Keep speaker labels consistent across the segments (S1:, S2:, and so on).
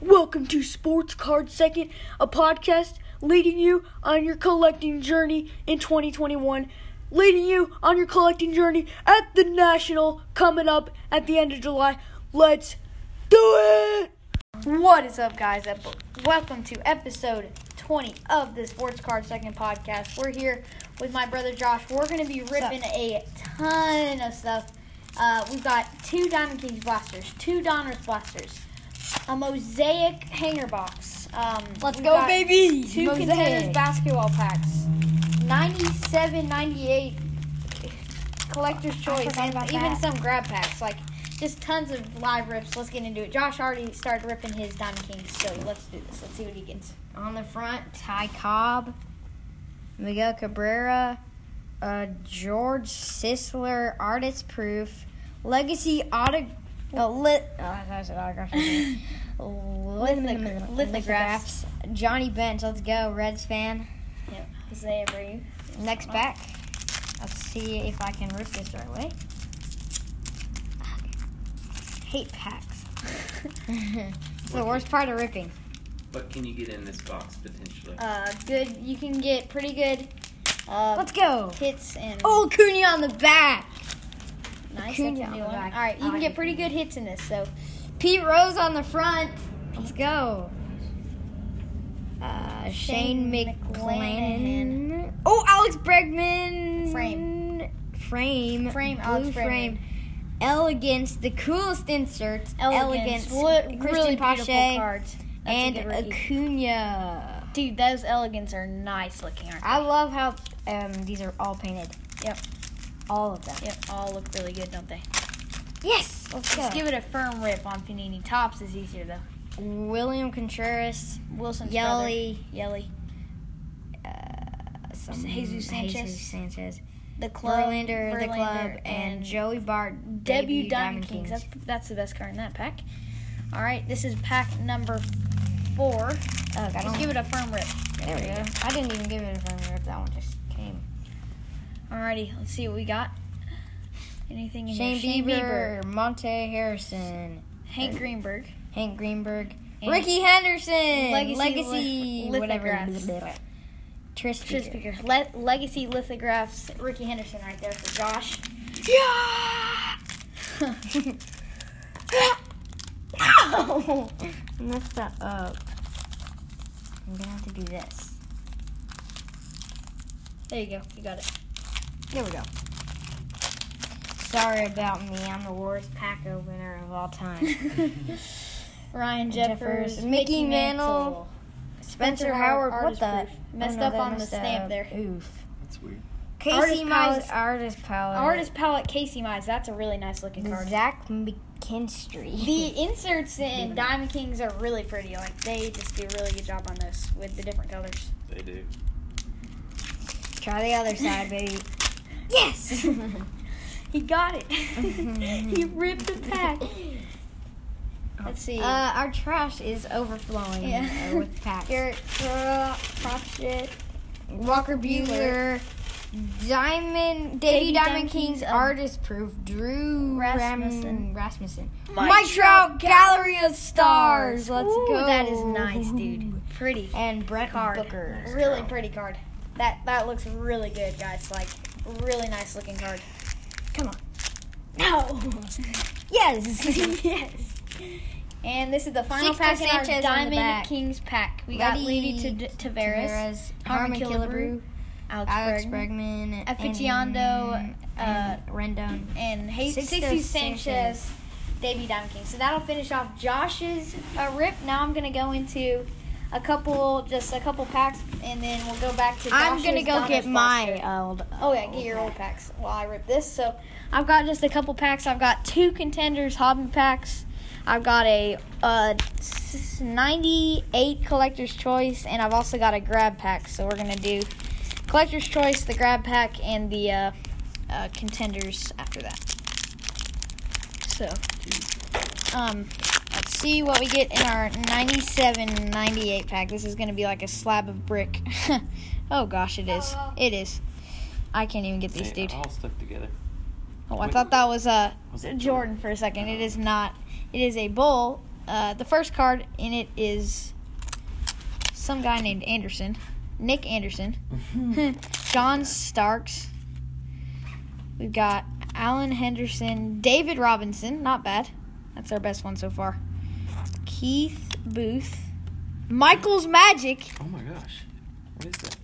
S1: Welcome to Sports Card Second, a podcast leading you on your collecting journey in 2021, leading you on your collecting journey at the National coming up at the end of July. Let's do it!
S2: What is up, guys? Ep- Welcome to episode 20 of the Sports Card Second Podcast. We're here with my brother Josh. We're going to be ripping a ton of stuff. Uh, we've got two Diamond Kings blasters, two Donner's blasters, a mosaic hanger box. Um,
S3: Let's
S2: we've
S3: go,
S2: got
S3: baby!
S2: Two contenders basketball packs, 97, 98 collector's choice,
S3: forgot
S2: and
S3: about
S2: even
S3: that.
S2: some grab packs. Like just tons of live rips. Let's get into it. Josh already started ripping his Diamond Kings, so let's do this. Let's see what he gets.
S3: On the front, Ty Cobb, Miguel Cabrera, uh, George Sisler, Artist Proof, Legacy Auto. Uh, lit, oh, I said autographs. Lithogra- lithographs. Johnny Bench, let's go, Reds fan.
S2: Yep. Isaiah Reeves.
S3: Next back. Let's see if I can rip this right away. Hate packs. it's the worst part of ripping.
S4: What can you get in this box potentially?
S2: Uh, good. You can get pretty good. Uh,
S3: Let's go.
S2: hits and
S3: Oh, Cunha on the back.
S2: nice.
S3: Acuna
S2: That's a
S3: on
S2: new
S3: the
S2: one.
S3: back.
S2: All right, you
S3: I
S2: can
S3: like
S2: get pretty good hits in this. So
S3: Pete Rose on the front. Let's go. Uh, Shane,
S2: Shane
S3: McClanahan. Oh, Alex Bregman.
S2: Frame.
S3: Frame.
S2: Frame,
S3: Blue
S2: Alex Bregman.
S3: frame. Elegance. The coolest inserts.
S2: elegance,
S3: Elegance.
S2: What-
S3: Christian
S2: really beautiful
S3: Pache.
S2: cards. That's a
S3: and
S2: good rookie.
S3: Acuna.
S2: dude, those elegance are nice looking. Aren't
S3: I love how um, these are all painted.
S2: Yep.
S3: All of them.
S2: they? Yep, all look really good, don't they?
S3: Yes. Let's go.
S2: Just give it a firm rip on Panini. Tops is easier though.
S3: William Contreras.
S2: Wilson's
S3: Yelly.
S2: brother, Yelly,
S3: some-
S2: Jesus Sanchez.
S3: Jesus Sanchez.
S2: the club,
S3: Verlander, the club,
S2: Verlander,
S3: and Joey Bart.
S2: Debut Diamond Kings. That's that's the best card in that pack. All right, this is pack number four.
S3: Ugh, I
S2: Just
S3: don't,
S2: give it a firm rip.
S3: there we go. I didn't even give it a firm rip. That one just came.
S2: Alrighty, let's see what we got. Anything in
S3: Shane,
S2: here? Shane Bieber,
S3: Bieber, Monte Harrison,
S2: Hank Greenberg,
S3: Hank Greenberg,
S2: And-
S3: Ricky Henderson,
S2: Legacy
S3: Legacy,
S2: lith-
S3: whatever.
S2: lithographs.
S3: Tris
S2: Chris
S3: Speaker.
S2: Speaker, Le- Legacy Lithographs, Ricky Henderson right there for Josh. Yeah!
S3: No! Messed that up. I'm gonna have to do this.
S2: there you go, you got it.
S3: There we go. Sorry about me. I'm the worst pack opener of all time.
S2: Ryan
S3: Jeffers,
S2: Jeffers,
S3: Mickey Mantle, Spencer, Howard, what
S2: artist
S3: the?
S2: proof. Messed
S3: Oh, no,
S2: up
S3: that
S2: on the
S3: messed
S2: stamp
S3: up.
S2: there.
S3: Oof.
S4: That's weird.
S3: Casey
S2: Artist
S3: Mize,
S2: Palette.
S3: Artist Palette.
S2: Artist palette Casey Mize. That's a really nice looking card.
S3: Zach McKinstry.
S2: The inserts in Diamond Kings are really pretty. Like they just do a really good job on this with the different colors.
S4: They do.
S3: Try the other side, baby. Yes!
S2: He got it. he ripped the pack. Let's see.
S3: uh, our trash is overflowing
S2: Yeah.
S3: uh, with packs.
S2: Garrett Cro- Crotchet.
S3: Walker
S2: Buehler.
S3: Bueller, Diamond,
S2: Davey
S3: Davey
S2: Diamond
S3: Diamond Kings,
S2: Kings, um,
S3: Artist Proof, Drew
S2: Rasmussen.
S3: Rasmussen, Rasmussen.
S2: Mike
S3: Mike, Trout, Gallery of Stars. Let's
S2: Ooh,
S3: go.
S2: That is nice, dude. Pretty
S3: And Brent
S2: card.
S3: Booker.
S2: Really pretty card. That that looks really good, guys. Like really nice looking card.
S3: Come on.
S2: No.
S3: Yes.
S2: yes. And this is the final
S3: Sixto
S2: pack in our
S3: Sanchez on the
S2: Diamond
S3: back.
S2: Kings pack. We got Lady T-
S3: Lady
S2: Tavares, Harmon
S3: Harmon
S2: Killebrew,
S3: Killebrew,
S2: Alex,
S3: Alex
S2: Bregman,
S3: Bregman,
S2: Efigiando, uh,
S3: and Rendon.
S2: and Hay-
S3: Sixto
S2: Sixty
S3: Sanchez.
S2: Sanchez, Davey Diamond King. So that'll finish off Josh's uh, rip. Now I'm gonna go into a couple, just a couple packs, and then we'll go back to.
S3: I'm
S2: Josh's,
S3: gonna go
S2: Donna's
S3: get
S2: roster.
S3: my uh, old.
S2: Oh yeah, get your old packs while I rip this. So I've got just a couple packs. I've got two contenders hobby packs. I've got a uh, s- 98 collector's choice, and I've also got a grab pack. So we're gonna do collector's choice, the grab pack, and the uh, uh, contenders after that. So um, let's see what we get in our 97 98 pack. This is gonna be like a slab of brick. oh gosh, it is. It is. I can't even get these,
S4: They
S2: dude.
S4: all stuck together.
S2: Oh, I thought that was uh
S4: Was it
S2: Jordan for a second. It is not. It is a bull uh, the first card in it is some guy named Anderson, Nick Anderson, John Starks. We've got Alan Henderson, David Robinson, not bad. That's our best one so far. Keith Booth, Michael's Magic,
S4: Oh my gosh. What is that?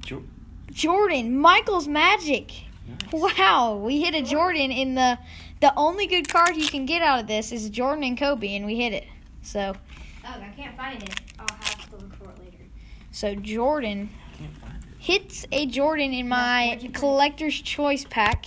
S4: Jo-
S2: Jordan, Michael's Magic. Wow, we hit a Jordan in the the only good card you can get out of this is Jordan and Kobe and we hit it. So,
S3: Oh, I can't find it. I'll have to look for it later.
S2: so Jordan
S4: Can't find it.
S2: hits a Jordan in my collector's choice pack.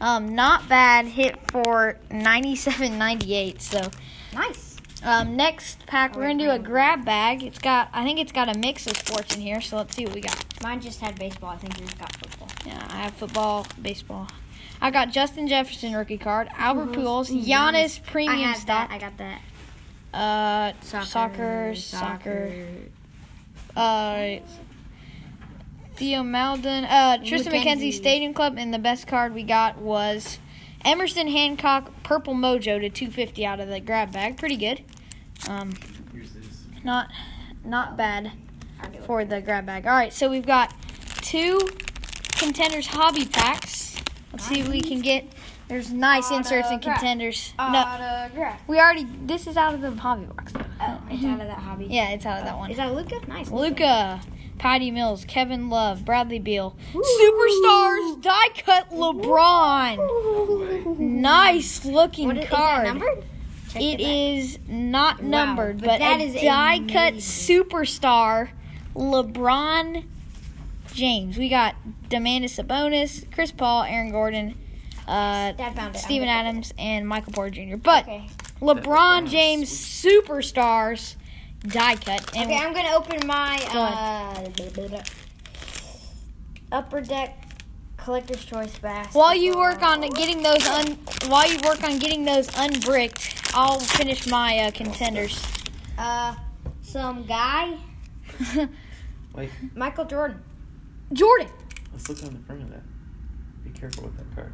S2: Um not bad hit for 97.98. So,
S3: Nice.
S2: um next pack we're going to do a grab bag. It's got I think it's got a mix of sports in here, so let's see what we got.
S3: Mine just had baseball. I think yours got football.
S2: Yeah, I have football, baseball. I got Justin Jefferson rookie card, Albert Pujols, Giannis
S3: I
S2: premium
S3: had
S2: stock,
S3: that. I got that.
S2: uh, soccer, soccer, uh, Theo Malden, uh, Tristan McKenzie.
S3: McKenzie.
S2: Stadium Club, and the best card we got was Emerson Hancock Purple Mojo to 250 out of the grab bag. Pretty good. Um,
S4: Here's this.
S2: not, not bad.
S3: I knew it.
S2: for the grab bag. All right, so we've got two contenders hobby packs. Let's see if we can get. There's nice inserts and
S3: Autograph.
S2: contenders. No,
S3: Autograph.
S2: we already. This is out of the hobby box. Though.
S3: Oh, it's out of that hobby.
S2: Yeah, it's out of that one.
S3: Is that Luca? Nice.
S2: Luca, Patty Mills, Kevin Love, Bradley Beal, superstars, die cut LeBron.
S4: Wait.
S2: Nice looking
S3: What is, is
S2: card.
S3: that numbered? Check
S2: It
S3: the back.
S2: is not
S3: Wow,
S2: numbered,
S3: but
S2: but,
S3: that
S2: a
S3: is
S2: die cut
S3: amazing.
S2: superstar, LeBron James. We got Demandis Sabonis, Chris Paul, Aaron Gordon, uh,
S3: Dad found it. I'm
S2: Steven
S3: looking at it.
S2: Adams, and Michael Porter Jr. But
S3: Okay.
S2: LeBron
S4: LeBron's
S2: James superstars die cut, and
S3: Okay, I'm gonna open my
S2: Go
S3: uh, upper deck collector's choice basket.
S2: while you work on getting those un, while you work on getting those unbricked, I'll finish my uh, contenders.
S3: uh, some guy,
S4: Wait,
S3: Michael Jordan.
S2: Jordan,
S4: let's look on the front of that. Be careful with that card.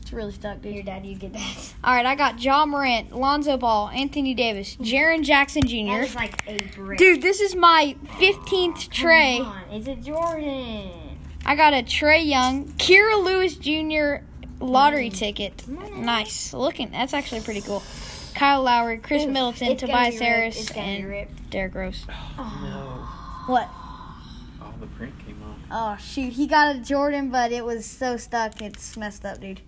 S2: it's really stuck, dude.
S3: Your dad, you get that.
S2: All right, I got John Morant, Lonzo Ball, Anthony Davis, Jaron Jackson
S3: That
S2: Jr.
S3: is like a brick.
S2: Dude, this is my 15th
S3: Come
S2: Trey.
S3: on, Is it Jordan?
S2: I got a Trey Young, Kira Lewis Jr. lottery ticket.
S3: Mm.
S2: Nice looking. That's actually pretty cool. Kyle Lowry, Chris
S3: Ooh,
S2: Middleton,
S3: it's gonna be
S2: Tobias
S3: ripped. It's
S2: Harris,
S3: gonna be
S2: and
S3: ripped.
S2: Derrick Rose.
S4: No.
S2: What?
S4: All the print came off.
S2: Oh shoot, he got a Jordan, but it was so stuck, it's messed up, dude.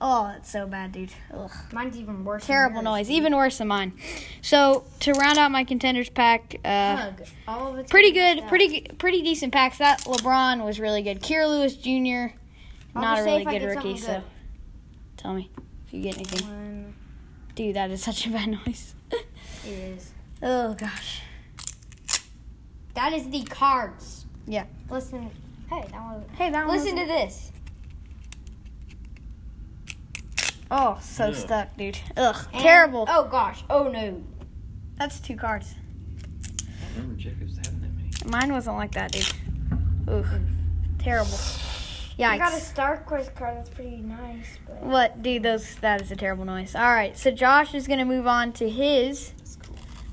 S2: Oh, it's so bad, dude. Ugh.
S3: Mine's even worse. than
S2: Terrible
S3: yours.
S2: noise, even worse than mine. So to round out my contenders pack, uh,
S3: Ugh, all of it's
S2: pretty
S3: gonna be
S2: good,
S3: stuck.
S2: pretty pretty decent packs. That LeBron was really good. Kier Lewis Jr.
S3: I'll
S2: not
S3: just
S2: a
S3: say
S2: really
S3: if I
S2: good
S3: get
S2: rookie.
S3: something
S2: So
S3: good.
S2: tell me if you get anything.
S3: One
S2: Dude, that is such a bad noise.
S3: is
S2: oh gosh.
S3: that is the cards.
S2: Yeah.
S3: Listen. Hey, that one.
S2: Hey, that
S3: Listen to this.
S2: Oh, so
S4: Yeah.
S2: stuck, dude. Ugh,
S3: And-
S2: terrible.
S3: Oh gosh. Oh no.
S2: That's two cards.
S4: I don't remember Jacobs having that many.
S2: Mine wasn't like that, dude. Ooh, terrible. Yikes.
S3: I got a Star Quest card. That's pretty nice. But
S2: What, dude? Those that is a terrible noise. All right, so Josh is gonna move on to his.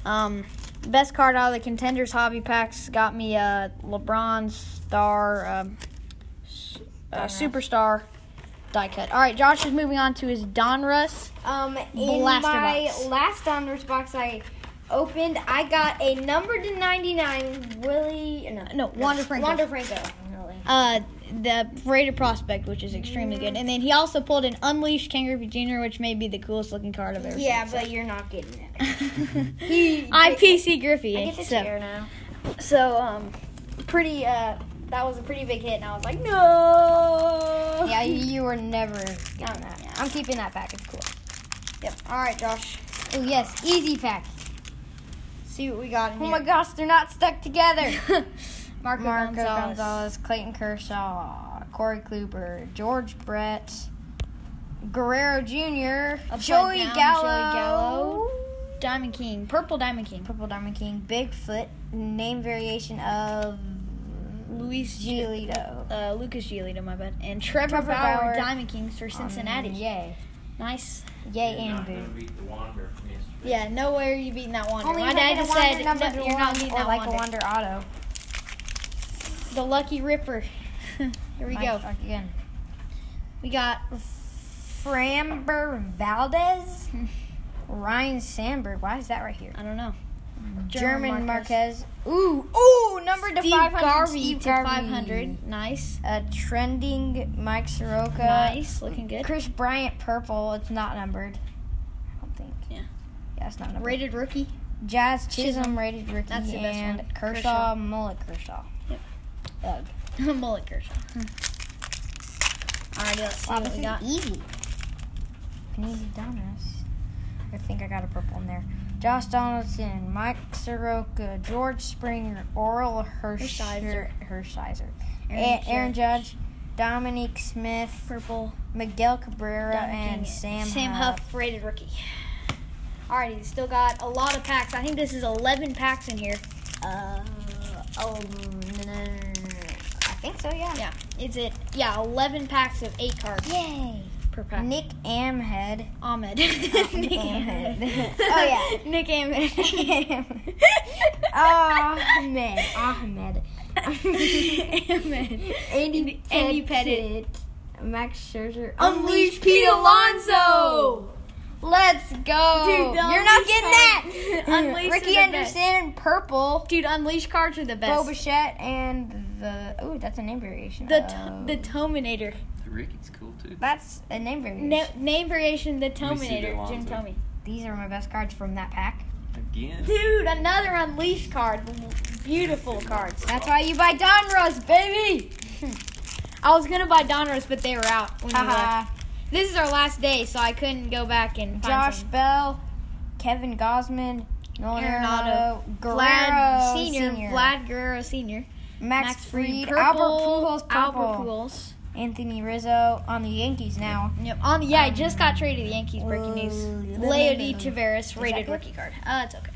S2: Um, best card out of the contenders hobby packs got me uh, LeBron star, um, s- uh, superstar die cut. All right, Josh is moving on to his Donruss.
S3: um, in
S2: Blaster
S3: my
S2: box.
S3: last Donruss box, I opened. I got a number to ninety nine. Willie. No.
S2: No, Wander Franco.
S3: Wander Franco. Really.
S2: Uh, the rated prospect, which is extremely good, and then he also pulled an unleashed Kangaroo Jr., which may be the coolest looking card I've ever
S3: Yeah, but you're not getting it.
S2: seen.
S3: He.
S2: IPC Griffey.
S3: I get the
S2: so-
S3: chair now.
S2: So, um,
S3: Pretty. Uh, that was a pretty big hit, and I was like, no.
S2: yeah, you, you were never.
S3: I'm not. I'm keeping that back. It's cool.
S2: Yep. All right, Josh.
S3: Oh yes, easy pack.
S2: See what we got in
S3: Oh
S2: here.
S3: my gosh, they're not stuck together.
S2: Marco,
S3: Marco
S2: Gonzalez.
S3: Gonzalez. Clayton Kershaw, Corey Kluber, George Brett, Guerrero Jr.,
S2: Upside
S3: Joey,
S2: down, Joey
S3: Gallo,
S2: Gallo. Diamond King. Purple Diamond King.
S3: Purple Diamond King, Bigfoot, name variation of
S2: Luis
S3: Giolito.
S2: Uh, Lucas Giolito, my bad. And Trevor,
S3: Trevor
S2: Bauer,
S3: Bauer.
S2: Diamond Kings for Cincinnati.
S3: Um, yay.
S5: Nice.
S3: Yay
S4: You're
S3: and
S4: not gonna
S3: boo.
S4: beat the Wander from yesterday.
S5: Yeah, no way are you beating that Wander.
S3: Only
S5: My
S3: if I
S5: dad
S3: get a
S5: just
S3: Wander
S5: said
S3: number
S5: no, you're
S3: one
S5: not beating
S3: or
S5: that
S3: like
S5: Wander.
S3: a Wonder Auto.
S5: The Lucky Ripper. Here we
S3: Like,
S5: go.
S3: again.
S5: We got
S3: Framber Valdez, Ryan Sandberg. Why is that right here?
S5: I don't know. Mm.
S3: German,
S5: German
S3: Marquez. Ooh, ooh, number to
S5: Steve
S3: 500.
S5: Garvey
S3: Steve
S5: to
S3: Garvey.
S5: 500. Nice.
S3: Uh, trending Mike Soroka.
S5: nice. Looking good.
S3: Uh, Chris Bryant, purple. It's not numbered. I don't think.
S5: Yeah.
S3: Yeah, it's not numbered.
S5: Rated rookie.
S3: Jazz Chisholm, rated rookie.
S5: That's the best
S3: and
S5: one.
S3: Kershaw, Mullet Kershaw.
S5: Yep.
S3: Ugh.
S5: Mullet Kershaw.
S3: Hmm.
S5: Alrighty, let's see
S3: Wow,
S5: what
S3: this
S5: we
S3: is
S5: got.
S3: easy. An easy donut. I think I got a purple in there. Josh Donaldson, Mike Soroka, George Springer, Oral Hershiser,
S5: Hershiser.
S3: Hershiser,
S5: Aaron
S3: Aaron, Aaron
S5: Judge.
S3: Judge, Dominic Smith,
S5: Purple.
S3: Miguel Cabrera,
S5: Dunking
S3: and
S5: Oh, it.
S3: Sam,
S5: Sam
S3: Huff.
S5: Huff. rated rookie. Alrighty, still got a lot of packs. I think this is 11 packs in here.
S3: Uh, oh, no, no, no, no, no. I think so, yeah.
S5: Yeah, is it? Yeah, 11 packs of eight cards
S3: Yay!
S5: per pack.
S3: Nick Amhead.
S5: Ahmed.
S3: Nick
S5: Nick
S3: Ahmed. Oh, yeah.
S5: Nick Ahmed.
S3: Ahmed. Ahmed.
S5: Ahmed.
S3: Andy,
S5: Andy
S3: Pettit. Max Scherzer. Oh,
S5: Unleash Pete Alonso.
S3: Let's go.
S5: Dude, the
S3: You're not
S5: unleash
S3: getting
S5: card.
S3: that.
S5: Unleash
S3: Ricky
S5: is the best.
S3: Anderson, purple.
S5: Dude, unleash cards are the best.
S3: Bo Bichette and the oh, that's a name variation.
S5: the
S3: Oh.
S5: t- the Tominator.
S4: Ricky's cool too.
S3: that's a name variation.
S5: Na- name variation, the
S4: me see the
S5: Tominator. Jim
S4: Alonso.
S5: Tomey.
S3: These are my best cards from that pack.
S4: Again.
S5: Dude, another unleash card. Beautiful cards.
S3: That's why you buy Donruss, baby.
S5: I was gonna buy Donruss, but they were out. When we left.
S3: Haha.
S5: This is our last day, so I couldn't go back and find
S3: Josh
S5: some.
S3: Bell, Kevin Gosman, Nolan
S5: Arenado,
S3: Arenado, Guerrero
S5: Vlad Senior,
S3: Senior,
S5: Vlad Guerrero Senior,
S3: Max, Fried,
S5: Fried,
S3: Albert
S5: purple,
S3: Pujols, purple.
S5: Albert Pujols.
S3: Anthony Rizzo on the Yankees now.
S5: Yep. On the, yeah, I just got traded to the Yankees. Breaking news:
S3: Ooh.
S5: Leody Taveras rated
S3: good?
S5: rookie card. Uh, it's okay.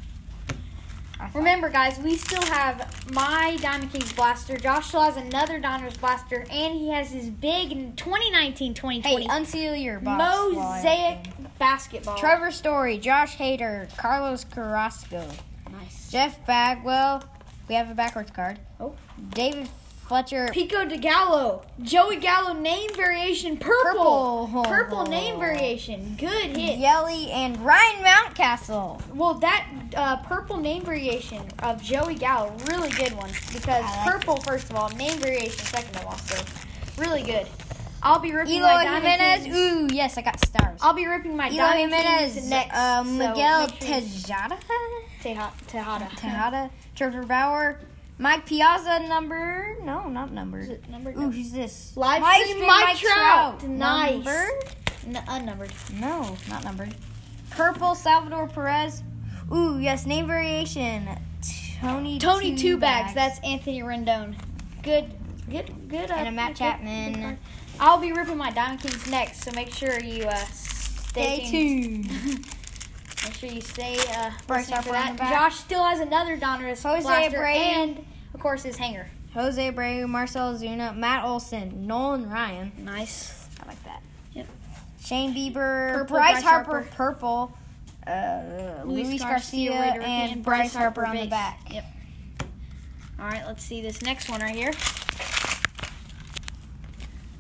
S3: I thought-
S5: Remember, guys, we still have my Diamond Kings blaster. Josh still has another Donner's blaster, and he has his big 2019-2020
S3: Hey, unseal your box. while I
S5: mosaic
S3: open.
S5: basketball.
S3: Trevor Story, Josh Hader, Carlos Carrasco,
S5: nice.
S3: Jeff Bagwell. We have a backwards card.
S5: Oh.
S3: David Fletcher.
S5: Pico de Gallo, Joey Gallo name variation purple,
S3: Purple.
S5: name variation. Good hit.
S3: Yelly and Ryan Mountcastle.
S5: Well, that uh, purple name variation of Joey Gallo, really good one. Because
S3: I like
S5: purple, first of all, name variation, second of all, so really good. I'll be ripping my
S3: Eloy
S5: Diamond
S3: Jimenez.
S5: Kings-
S3: Ooh, yes, I got stars.
S5: I'll be ripping my
S3: Eloy
S5: Diamond
S3: Jimenez.
S5: Kings next.
S3: uh,
S5: so
S3: Miguel
S5: make sure you
S3: Tejada.
S5: stay hot, Tejada.
S3: Tejada. Trevor Bauer. Mike Piazza, number. No, not numbered.
S5: it numbered?
S3: Ooh, who's this?
S5: Live
S3: Live
S5: stream Mike Trout. Nice.
S3: Numbered?
S5: N- unnumbered.
S3: No, not numbered. Purple Salvador Perez. Ooh, yes, name variation. Tony.
S5: Tony two, bags. That's Anthony Rendon. Good, good, good. Uh,
S3: And a Matt
S5: good- good-
S3: Chapman.
S5: good card. I'll be ripping my Diamond Kings next, so make sure you uh, stay,
S3: Stay
S5: tuned.
S3: tuned.
S5: Make sure you stay uh,
S3: Bryce
S5: listening for
S3: Harper on
S5: that.
S3: the back.
S5: Josh still has another Donruss
S3: Jose
S5: blaster
S3: Abreu.
S5: and, of course, his hanger.
S3: Jose Abreu, Marcel Zuna, Matt Olson, Nolan Ryan.
S5: Nice.
S3: I like that.
S5: Yep.
S3: Shane Bieber,
S5: Purple,
S3: Bryce,
S5: Bryce
S3: Harper,
S5: Harper.
S3: purple. Uh,
S5: Luis
S3: Luis,
S5: Garcia,
S3: Garcia,
S5: Raider,
S3: and,
S5: and
S3: Bryce
S5: Bryce Harper
S3: Harper, on the
S5: base.
S3: back.
S5: Yep. All right, let's see this next one right here.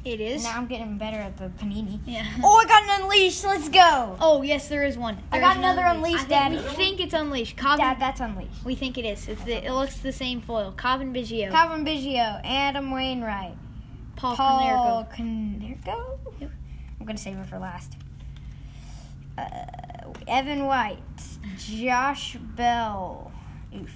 S5: It is.
S3: Now I'm getting better at the panini.
S5: Yeah.
S3: Oh, I got an unleashed. Let's go.
S5: Oh yes, there is one.
S3: I
S5: There
S3: got
S5: is
S3: another Unleashed,
S5: I think-
S3: Daddy.
S5: We think it's unleashed. Cobb
S3: Dad, that's unleashed.
S5: We think it is. It's the, it looks the same foil. Cobb and Biggio.
S3: Calvin Biggio, Adam Wainwright,
S5: Paul,
S3: Paul
S5: Paul
S3: Konerko.
S5: Yep.
S3: I'm gonna save it for last. Uh, Evan White, Josh Bell. Oof.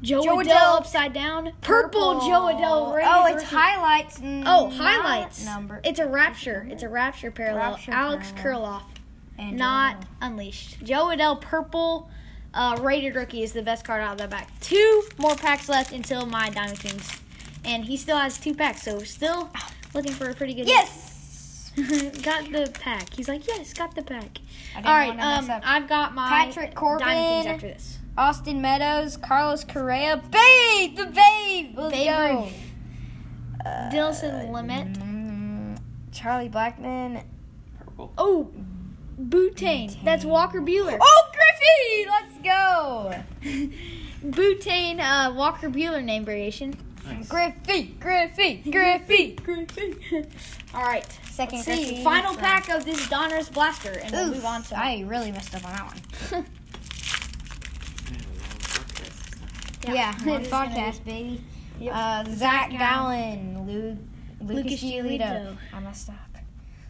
S5: Joe,
S3: Joe
S5: Adele
S3: Adele.
S5: upside down. Purple, Joe Adele. rated
S3: Oh, it's
S5: rookie.
S3: highlights. n-
S5: Oh,
S3: not
S5: highlights.
S3: number.
S5: It's a rapture. It's a rapture parallel.
S3: Rapture
S5: Alex
S3: parallel.
S5: Kurloff,
S3: And
S5: not unleashed. Joe Adele purple. Uh, rated rookie is the best card out of that back. Two more packs left until my Diamond Kings, and he still has two packs. So still looking for a pretty good.
S3: yes.
S5: got the pack. He's like, yes, got the pack.
S3: I didn't
S5: All right,
S3: wanna mess
S5: um,
S3: up.
S5: I've got my
S3: Patrick Corbin.
S5: Diamond Kings after this.
S3: Austin Meadows, Carlos Correa, Babe, the Babe. Let's
S5: Babe Uh,
S3: go.
S5: Ruth. Dilson Limit.
S3: Mm, Charlie Blackman,
S4: Purple.
S5: Oh,
S2: Butane. That's Walker Bueller.
S3: Oh, Griffey! Let's go!
S2: Butane uh, Walker Bueller name variation.
S4: Nice.
S3: Griffey, Griffey, Griffey.
S2: All right.
S3: Second
S2: let's see.
S3: Griffey.
S2: Final pack of this Donner's blaster, and we'll move on to.
S3: I really messed up on that one.
S2: Yeah.
S3: Yeah,
S2: It
S3: one
S2: is gonna
S3: podcast, baby.
S2: Yep.
S3: Uh, Zach Gallen, Luke, Lucas
S2: Lucas
S3: Giolito.
S2: Giolito.
S3: I messed up.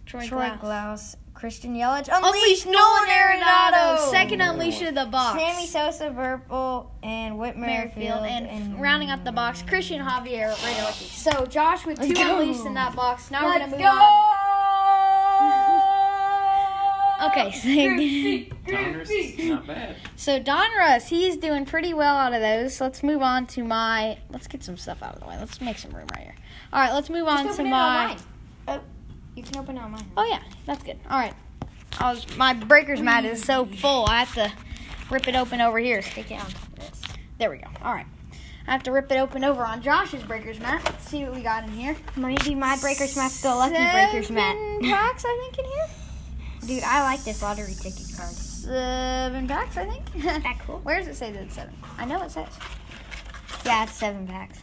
S2: Troy,
S3: Troy
S2: Glaus.
S3: Glaus, Christian Yelich,
S2: Unleash Nolan Arenado. Second
S4: Oh.
S2: unleash of the box.
S3: Sammy Sosa, Burple, and Whit Merrifield,
S2: Merrifield and, rounding up the box, Christian Javier Radowski. So Josh with two
S3: Let's go.
S2: unleashed in that box. Now
S3: Let's
S2: we're gonna move
S3: go!
S2: on. Okay, so,
S4: Donner's not bad.
S2: so Donruss, he's doing pretty well out of those. Let's move on to my. Let's get some stuff out of the way. Let's make some room right here. All right, let's move on to my.
S3: Oh, You can open it on mine.
S2: Oh yeah, that's good. All right, I was my breaker's mat is so full. I have to rip it open over here. Stick it on top of this. There we go. All right, I have to rip it open over on Josh's breaker's mat. Let's see what we got in here.
S3: Maybe my breaker's mat's the lucky breaker's
S2: Seven
S3: mat.
S2: packs, I think, in here.
S3: Dude, I like this lottery ticket card.
S2: Seven packs, I think.
S3: that cool?
S2: Where does it say that it's seven? I know it says.
S3: Yeah, it's seven packs.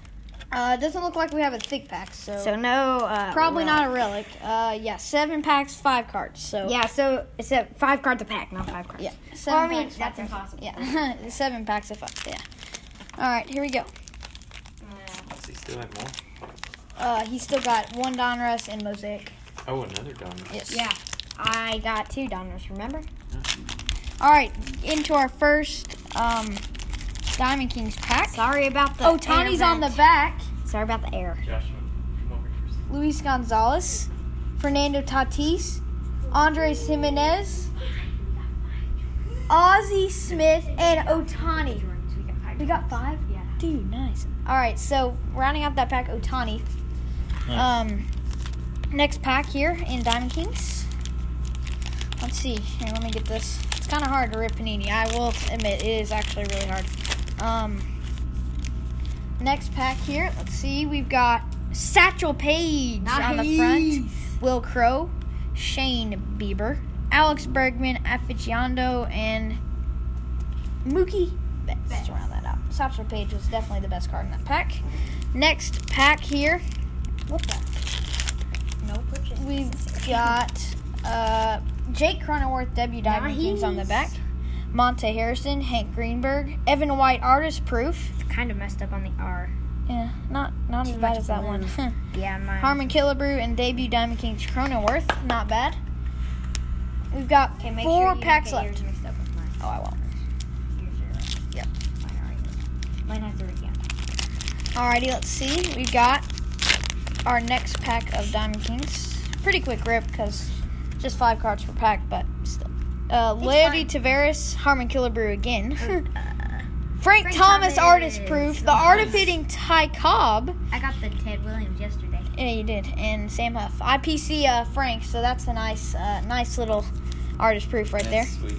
S2: Uh, it doesn't look like we have a thick pack, so,
S3: So no. Uh,
S2: probably
S3: relic.
S2: not a relic. Uh, yeah, seven packs, five cards. So
S3: Yeah, so it's a five cards a pack, not five cards.
S2: Yeah.
S3: Well, I mean,
S2: packs,
S3: that's
S2: five packs.
S3: impossible.
S2: Yeah. Seven packs of five. Yeah. All right, here we go.
S4: Does he still have more?
S2: Uh, he still got one Donruss and Mosaic.
S4: Oh, another Donner's.
S2: Yes.
S3: Yeah. I got two donors, remember?
S2: All right, into our first um, Diamond Kings pack.
S3: Sorry about the
S2: Oh, Tony's
S3: air
S2: on the
S3: vent.
S2: back.
S3: Sorry about the air.
S4: Joshua, come over here.
S2: Luis Gonzalez, Fernando Tatis, Andres Jimenez, Ozzie Smith, and Otani. We got five? Yeah. Dude, nice. All right, so rounding out that pack, Otani. Um, next pack here in Diamond Kings. Let's see. Here, let me get this. It's kind of hard to rip Panini. I will admit, it is actually really hard. Um, next pack here. Let's see. We've got Satchel Paige on the front. Will Crow, Shane Bieber, Alex Bergman, Aficionado, and Mookie Betts. To round that out, Satchel Paige was definitely the best card in that pack. Next pack here. What the?
S3: No purchase.
S2: We've got uh, Jake Cronenworth, W. Diamond Kings on the back. Monte Harrison, Hank Greenberg, Evan White, Artist Proof.
S3: Kind of messed up on the R.
S2: Yeah, not not as bad as that one.
S3: Yeah, mine.
S2: Harmon Killebrew and debut Diamond Kings Cronenworth, not bad. We've got
S3: Okay, make
S2: four
S3: sure you
S2: packs
S3: don't get
S2: left.
S3: Yours mixed up with mine.
S2: Oh, I won't.
S3: Yours are right.
S2: Yep.
S3: Mine are right. Mine has the right hand.
S2: Alrighty, let's see. We got our next pack of Diamond Kings. Pretty quick rip because just five cards per pack, but still. Uh, Laity Tavares, Harmon Killebrew again. Frank,
S3: uh, Frank
S2: Thomas,
S3: Thomas.
S2: Artist Proof, the Art of Hitting Ty Cobb.
S3: I got the Ted Williams yesterday.
S2: Yeah, you did. And Sam Huff, IPC uh, Frank. So that's a nice, uh, nice little Artist Proof right there.
S4: That's sweet.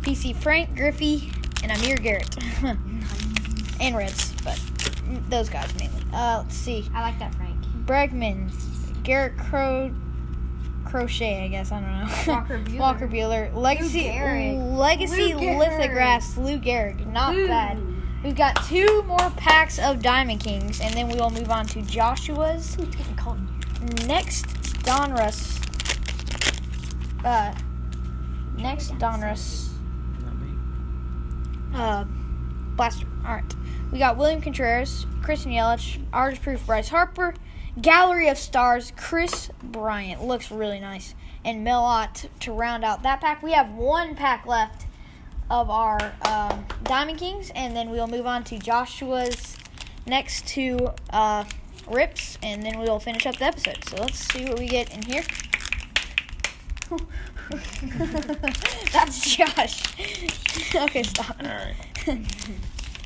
S2: PC Frank Griffey and Amir Garrett. and Reds, but mm, those guys mainly. Uh, let's see.
S3: I like that Frank.
S2: Bregman, Garrett Crow, Crochet, I guess. I don't know.
S3: Walker Bueller.
S2: Walker Bueller. Legacy,
S3: Gehrig.
S2: Legacy
S3: Lou Gehrig.
S2: Lithographs, Lou Gehrig. Not
S3: Lou.
S2: bad. We've got two more packs of Diamond Kings, and then we will move on to Joshua's next Donruss. Uh, next Donruss
S4: Not me.
S2: uh, blaster. All right. We got William Contreras, Christian Yelich, Artist Proof Bryce Harper, Gallery of Stars Chris Bryant. Looks really nice. And Melot to round out that pack. We have one pack left of our um, Diamond Kings, and then we'll move on to Joshua's next two uh, rips, and then we'll finish up the episode. So let's see what we get in here. That's Josh. okay, stop.
S4: All right.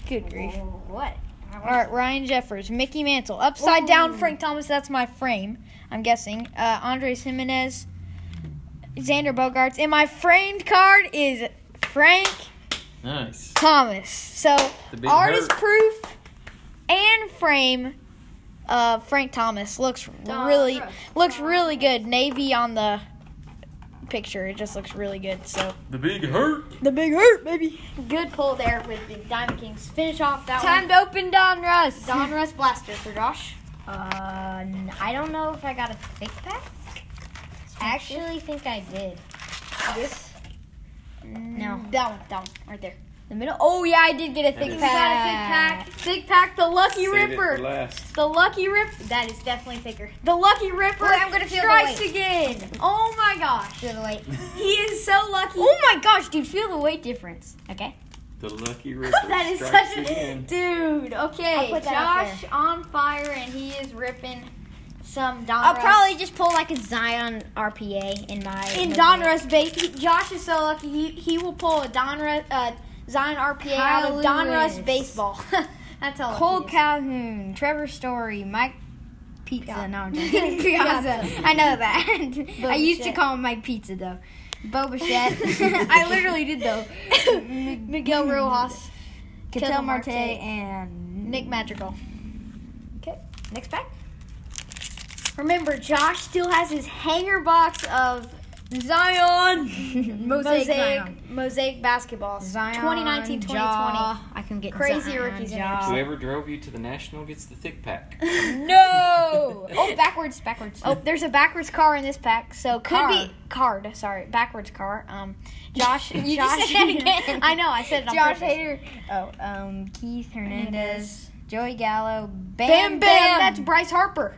S2: Good grief.
S3: What?
S2: All right, Ryan Jeffers, Mickey Mantle, upside down Frank Thomas. That's my frame. I'm guessing. Uh, Andres Jimenez, Xander Bogarts, and my framed card is Frank
S4: Nice.
S2: Thomas. So
S4: The big
S2: artist
S4: hurt.
S2: proof and frame. Uh, Frank Thomas looks really looks really good. Navy on the
S5: picture. It just looks really good. So
S4: The big hurt.
S5: the big hurt, baby. Good pull there with the Diamond Kings. Finish off that
S3: Time
S5: one.
S3: to open Donruss.
S5: Donruss blaster for Josh.
S3: Uh, n- I don't know if I got a thick pack. I actually think I did. Mm,
S5: This.
S3: No.
S5: That one, that one, right there.
S3: The middle. Oh yeah, I did get a thick
S4: is-
S3: pack.
S5: Got a thick pack. Thick pack. The lucky
S4: Save it
S5: ripper.
S4: for last.
S5: The lucky rip. That is definitely thicker. The lucky ripper.
S3: Wait, I'm gonna feel the
S5: strikes
S3: weight.
S5: again. Oh my gosh.
S3: Good light.
S5: He is so lucky.
S3: Oh my gosh, dude, feel the weight difference. Okay.
S4: The lucky ripper.
S5: that is
S4: strikes
S5: such a
S4: again.
S5: dude.
S3: I'll
S5: Okay,
S3: put that up
S5: Josh on fire, and he is ripping some Donruss.
S3: I'll probably just pull like a Zion RPA in my.
S5: in
S3: my-
S5: Donruss, baby. Josh is so lucky. He, he will pull a Donruss uh, Zion RPA out of
S3: Kyle
S5: Donruss
S3: Lewis.
S5: baseball. That's all.
S3: Cole
S5: Cold
S3: Calhoun, Trevor Story, Mike Pizza.
S5: Piazza.
S3: No, I'm just kidding. Piazza. I know that. I used to
S5: Bichette.
S3: call him Mike Pizza though. Bobachette. I literally did though.
S5: Miguel Rojas,
S3: Catel
S5: Ketel
S3: Marte
S5: Marte.
S3: and
S5: Nick Madrigal.
S3: Next pack.
S5: Remember, Josh still has his hanger box of
S3: Zion.
S5: mosaic
S3: Mosaic. Zion.
S5: mosaic, basketball. 2019-2020.
S3: Jaw. I can get
S5: Crazy
S3: Zion,
S5: rookies in
S3: Jaw.
S4: Whoever drove you to the national gets the thick pack.
S3: No. oh, backwards, backwards.
S5: Oh, there's a backwards car in this pack, so Oh, could
S3: Car.
S5: be card. Sorry, backwards car. Um, Josh,
S3: You
S5: Josh,
S3: just said it again.
S5: I know, I said it. On
S3: Josh
S5: purpose.
S3: Hader. Oh, um, Keith Hernandez, Joey Gallo,
S5: Bam, bam,
S3: Bam Bam.
S5: That's Bryce Harper.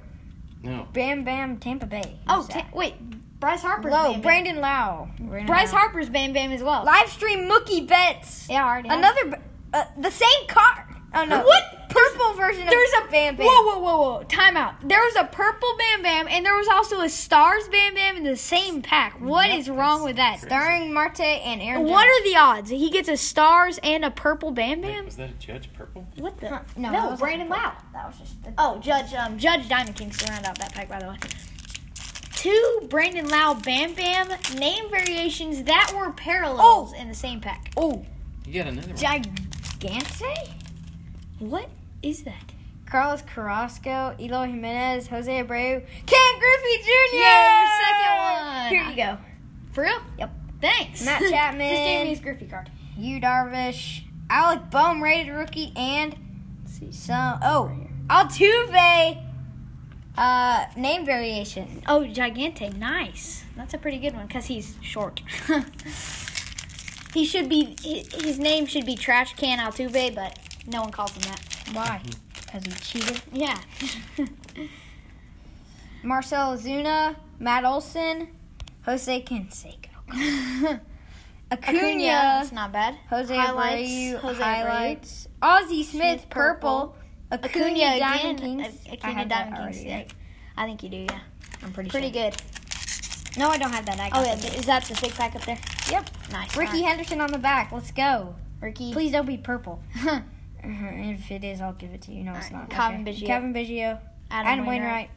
S4: No.
S3: Bam Bam Tampa Bay.
S5: Oh, ta- wait, Bryce Harper's
S3: Low,
S5: Bam Bam.
S3: Brandon Lau.
S5: Bryce Harper's Bam Bam as well.
S3: Live stream Mookie Betts.
S5: Yeah, I already. have.
S3: Another, b- uh, the same card. Oh no.
S5: What?
S3: Purple version
S5: There's
S3: of
S5: a
S3: Bam Bam.
S5: Whoa, whoa, whoa, whoa! Time out. There was a purple Bam Bam, and there was also a stars Bam Bam in the same pack. What is wrong with that?
S3: Starring Marte and Aaron.
S5: What
S3: Judge.
S5: are the odds? He gets a stars and a purple Bam
S4: Wait,
S5: Bam.
S4: was that a judge purple?
S5: What the?
S3: Huh, no, that
S5: no
S3: was
S5: Brandon
S3: not
S5: Lau.
S3: That was just. The-
S5: Oh, Judge um, Judge Diamond Kings to round out that pack, by the way. Two Brandon Lau Bam Bam name variations that were parallels in the same pack.
S3: oh,
S4: You got another one.
S3: gigante.
S5: What is that?
S3: Carlos Carrasco, Eloy Jimenez, Jose Abreu, Ken Griffey Jr.
S5: Yay, second one.
S3: Here you go.
S5: For real? Yep. Thanks.
S3: Matt Chapman.
S5: Just gave me his Griffey card.
S3: You Darvish, Alec Bohm, rated rookie, and some oh Altuve. Uh, name variation.
S5: Oh, Gigante. Nice. That's a pretty good one because he's short. he should be, hi- his name should be Trash Can Altuve, but no one calls him that.
S3: Why? Because Mm-hmm. he
S5: Yeah.
S3: cheated. Marcel Ozuna, Matt Olson, Jose Canseco, Acuna,
S5: That's not bad.
S3: Jose
S5: Highlights,
S3: Abreu,
S5: Jose Abreu.
S3: highlights, Ozzie Smith,
S5: Smith,
S3: purple, Acuna,
S5: Acuna again.
S3: Diamond Kings.
S5: Ac-
S3: I
S5: Acuna
S3: had that
S5: Diamond Kings.
S3: already,
S5: Yeah.
S3: right?
S5: I think you do, yeah.
S3: I'm pretty,
S5: Pretty
S3: sure.
S5: good.
S3: No, I don't have that. I got
S5: Oh, yeah.
S3: that.
S5: th- Is that the big pack up there?
S3: Yep.
S5: Nice.
S3: Ricky
S5: Alright.
S3: Henderson on the back. Let's go.
S5: Ricky.
S3: Please don't be purple. Uh-huh. if it is, I'll give it to you. No, it's
S5: All right.
S3: not.
S5: Calvin Biggio.
S3: Calvin Biggio. Adam, Wainwright.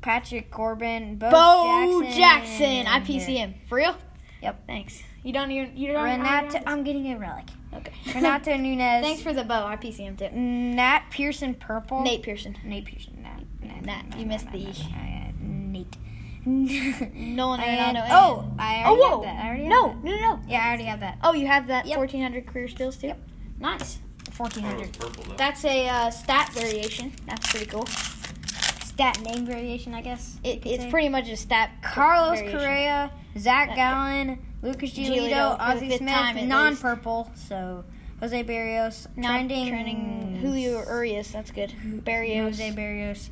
S3: Patrick Corbin. Bo,
S5: Bo Jackson.
S3: Jackson.
S5: I IPC him. For real?
S3: Yep.
S5: Thanks. You don't even. You don't
S3: Renato. I'm getting a relic.
S5: Okay.
S3: Renato Nunez.
S5: Thanks for the bow. I PC him too.
S3: Nat Pearson Purple.
S5: Nate Pearson.
S3: Nate Pearson. Nat. Nat.
S5: Nat, you missed the- E.
S3: Nat, Nate. Nolan
S5: Arenado and-
S3: Oh, I
S5: Oh
S3: already
S5: whoa!
S3: have that. I already have
S5: no,
S3: that.
S5: no, no, no.
S3: Yeah, I already have that.
S5: Oh, you have that
S3: Yep.
S5: 1400 career steals too. Yep. Nice.
S4: I thought it was
S3: 1400.
S4: purple though.
S5: That's a uh, stat variation. That's pretty cool.
S3: Stat name variation, I guess.
S5: It,
S3: could
S5: it's
S3: say.
S5: pretty much a stat.
S3: Carlos
S5: variation.
S3: Correa, Zach
S5: That-
S3: Gallen, Lucas Giolito,
S5: Giolito for the
S3: Ozzie
S5: fifth time
S3: Smith,
S5: at
S3: non-purple. So Jose Barrios,
S5: Not
S3: trending,
S5: trending Julio Urias. That's good. Barrios.
S3: Jose Barrios,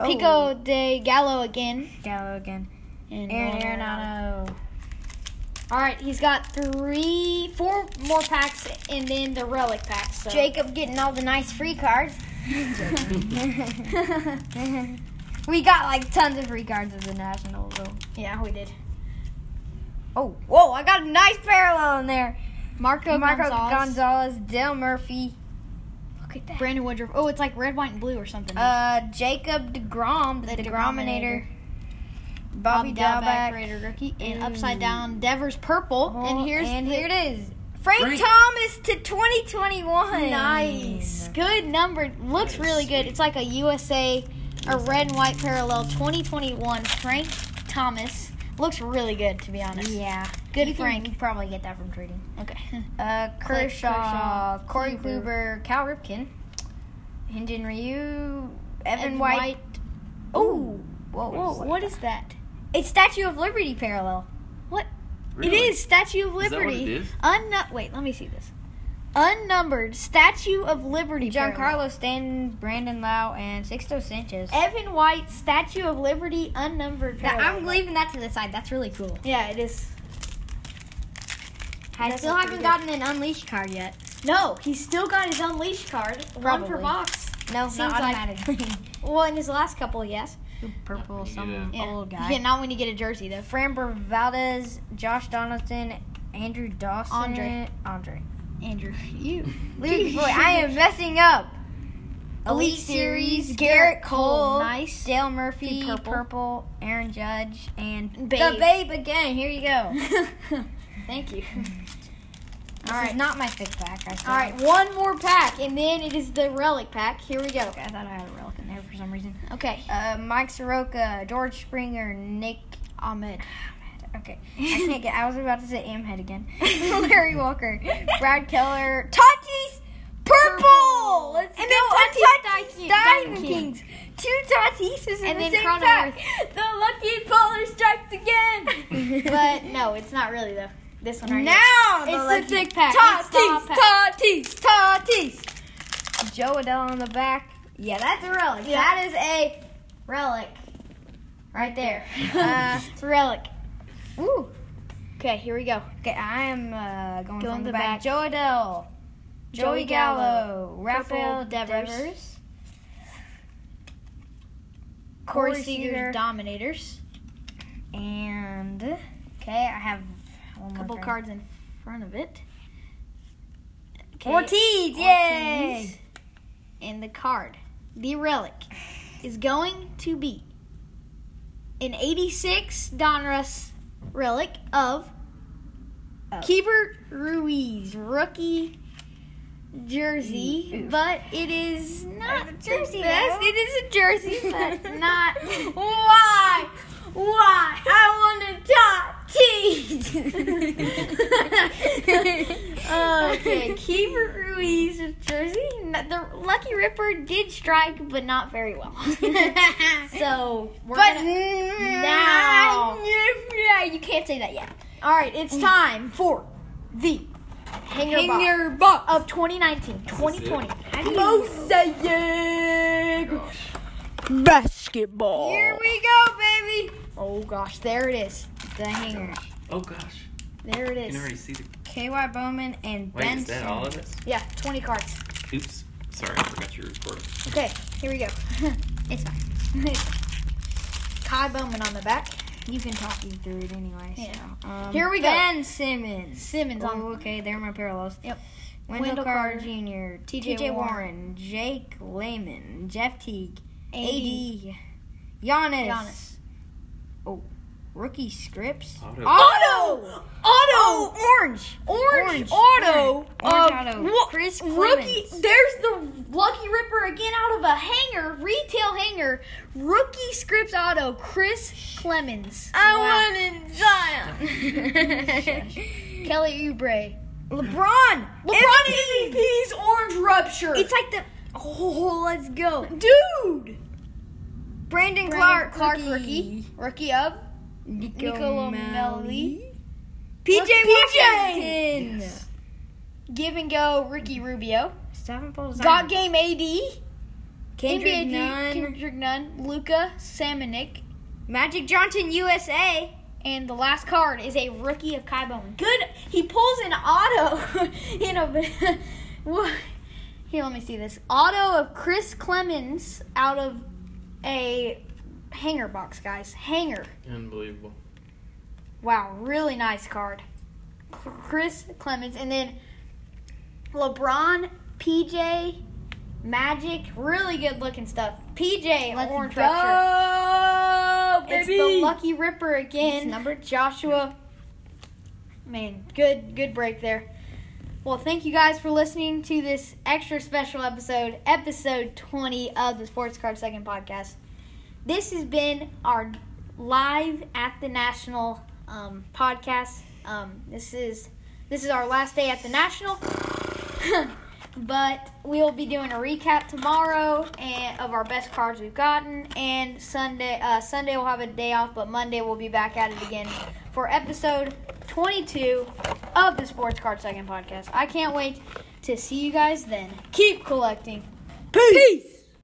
S3: Oh,
S5: Pico de Gallo again.
S3: Gallo again,
S5: And
S3: Aaron
S5: Nolan
S3: Arenado.
S5: All right, he's got three, four more packs, and then the relic packs. So.
S3: Jacob getting all the nice free cards. we got like tons of free cards of the Nationals. Though.
S5: Yeah, we did.
S3: Oh, whoa! I got a nice parallel in there.
S5: Marco,
S3: Marco
S5: Gonzalez.
S3: Gonzalez, Dale Murphy. Look at that.
S5: Brandon Woodruff. Oh, it's like red, white, and blue or something.
S3: Uh, Jacob DeGrom, the,
S5: The Degrominator.
S3: DeGrominator. Bobby, Dalbeck.
S5: Raider rookie, and
S3: Ooh.
S5: upside down Devers purple.
S3: Oh,
S5: and here's
S3: and
S5: the-
S3: here it is. Frank,
S4: Frank-
S3: Thomas to 2021.
S5: Nice, good number. Looks
S4: is
S5: really good.
S4: sweet.
S5: It's like a USA, a red and white parallel 2021 Frank Thomas Looks really good, to be honest.
S3: Yeah.
S5: Good
S3: you
S5: Frank.
S3: Can, you probably get that from trading.
S5: Okay.
S3: Uh,
S5: Clint Kershaw,
S3: Kershaw, Corey
S5: Kluber.
S3: Kluber, Cal Ripken, Hinton Ryu, Evan,
S5: Evan
S3: White.
S5: White.
S3: Ooh.
S5: Whoa, what is that?
S3: It's Statue of Liberty parallel.
S5: It is Statue of
S4: Is that what it
S5: Liberty.
S4: is?
S5: Unnu- wait, let me see this. Unnumbered Statue of Liberty. parallel.
S3: Giancarlo Stanton, Brandon Lau, and Sixto Sanchez.
S5: Evan White Statue of Liberty unnumbered.
S3: Now,
S5: parallel.
S3: I'm leaving that to the side. That's really cool.
S5: Yeah, it is.
S3: I
S5: That's
S3: still
S5: not
S3: haven't
S5: pretty
S3: gotten an unleashed card yet.
S5: No, he's still got his unleashed card. One per
S3: Probably.
S5: box.
S3: No,
S5: Seems
S3: not
S5: like-
S3: automatically.
S5: Well, in his last couple, yes.
S3: Purple,
S4: some Yeah.
S3: some
S5: Yeah.
S3: old guy.
S5: Yeah, not when you get a jersey though.
S3: Framber Valdez, Josh Donaldson, Andrew Dawson,
S5: Andre.
S3: Andre.
S5: Andrew, you.
S3: Luke, boy, I am messing up.
S5: Elite
S3: Elite Series,
S5: Series,
S3: Garrett
S5: Garrett
S3: Cole,
S5: Cole, nice.
S3: Dale Murphy,
S5: Be
S3: purple.
S5: purple.
S3: Aaron Judge, and the
S5: Babe.
S3: Babe again. Here you go.
S5: Thank you.
S3: This
S5: All
S3: is
S5: right.
S3: not my fifth pack. I
S5: All right, one more pack, and then it is the relic pack. Here we go.
S3: I thought I had a relic in there for some reason.
S5: Okay.
S3: Uh, Mike Soroka, George Springer, Nick.
S5: Ahmed.
S3: Okay, I can't get. I was about to say Amhead again. Larry Walker, Brad Keller, Tatis, purple.
S5: Purple.
S3: Let's
S5: And
S3: go.
S5: then Tatis
S3: Tatis,
S5: Diamond
S3: Diamond
S5: King.
S3: Kings. Two Tatises in
S5: And
S3: the
S5: then
S3: same
S5: Cronenworth.
S3: pack. The lucky polar stripes again.
S5: but no, it's not really though. This one right
S3: now
S5: It's the
S3: lucky
S5: thick pack. It's the
S3: Tatis,
S5: hot
S3: Tatis, Tatis. Joe Adell on the back. Yeah, that's a relic.
S5: Yeah.
S3: That is a relic right there.
S5: here.
S3: Uh,
S5: It's relic.
S3: ooh.
S5: Okay, here we go.
S3: Okay, I am uh, going
S5: Go
S3: from
S5: in
S3: the
S5: the
S3: back.
S5: back.
S3: Joe Adell, Joey,
S5: Joey
S3: Gallo,
S5: Gallo,
S3: Rafael
S5: Purple Devers,
S3: Devers,
S5: Corey,
S3: Corey
S5: Seager,
S3: Seager.
S5: Dominators.
S3: and okay, I have one
S5: A
S3: more
S5: couple
S3: friend.
S5: cards in front of it. Okay.
S3: Ortiz, yay!
S5: Ortiz. And the card, the relic, is going to be an 86 Donruss relic of
S3: Oh.
S5: Keeper Ruiz, rookie jersey, but it is not
S3: a jersey,
S5: jersey. Best.
S3: though.
S5: It is a jersey, but not.
S3: Why? Why? I want a Tatis.
S5: okay, Keeper Ruiz jersey. Not- The Lucky Ripper did strike, but not very well. so we're
S3: but
S5: gonna-
S3: now, Mm.
S5: you can't say that yet. All right, it's time for the hanger,
S3: Hanger
S5: box. of 2019,
S4: Is this
S5: 2020.
S4: it?
S5: Mosaic
S4: Gosh.
S1: Basketball.
S3: here we go, baby.
S5: Oh gosh, there it is.
S3: The hanger.
S4: Oh gosh.
S5: There it
S4: You can
S5: is.
S4: already see the.
S3: K.Y. Bowman and
S4: Wait,
S3: Ben.
S4: is that all of it?
S5: Yeah, 20 cards.
S4: Oops. Sorry, I forgot you were recording.
S5: Okay, here we go.
S3: It's fine.
S5: Kai Bowman on the back.
S3: You can talk you through it anyway. So. Um,
S5: Here we go.
S3: Ben Simmons.
S5: Simmons on
S3: Oh, okay, they're my parallels.
S5: Yep.
S3: Wendell,
S5: Wendell
S3: Carter,
S5: Carter,
S3: Jr.,
S5: T.J.
S3: T.J. Warren, Jake Lehman, Jeff Teague,
S5: AD.
S3: A.D. Giannis.
S5: Giannis.
S3: Oh, rookie Scripts.
S4: Auto.
S5: Ah.
S3: Auto.
S1: Auto.
S5: Oh,
S3: orange.
S1: Orange,
S3: Orange.
S1: auto.
S3: Orange
S1: of
S3: auto.
S1: Wa-
S3: Chris
S1: Rookie.
S3: Clemens.
S1: There's the
S5: Lucky Ripper again out of a hanger, retail hanger, rookie scripts auto, Chris Clemens.
S3: I wanted Zion.
S5: Kelly Oubre.
S3: LeBron.
S1: LeBron MVP's orange rupture.
S3: It's like the. Oh, let's go.
S1: dude.
S3: Brandon,
S5: Clark,
S3: Clark.
S5: Clark rookie. Rookie of
S3: Nico,
S5: Niccolo
S3: Melli.
S5: Melli.
S3: PJ
S5: Rookie
S3: Washington.
S5: Give and Go Ricky Rubio.
S3: Stephen Paul
S5: Got Game AD.
S3: Kendrick
S5: NBA
S3: Nunn.
S5: Kendrick Nunn. Luca Samanik.
S3: Magic Johnson, USA.
S5: And the last card is a rookie of Kai Bowman. Good. He pulls an auto in a. Wha- Here, let me see this. Auto of Chris Clemens out of a hanger box, guys. Hanger.
S4: Unbelievable.
S5: Wow, really nice card. Chris Clemens and then LeBron, PJ, Magic, really good looking stuff. PJ,
S3: Let's
S5: orange
S3: go,
S5: rupture. It's
S3: baby.
S5: the Lucky Ripper again.
S3: He's number-
S5: Joshua. Man, good good break there. Well, thank you guys for listening to this extra special episode, episode 20 of the Sports Card Second Podcast. This has been our live at the National um, podcast. Um, this is this is our last day at the National, but we will be doing a recap tomorrow and of our best cards we've gotten. And Sunday uh, Sunday we'll have a day off, but Monday we'll be back at it again for episode 22 of the Sports Card Second podcast. I can't wait to see you guys then. Keep collecting.
S6: Peace.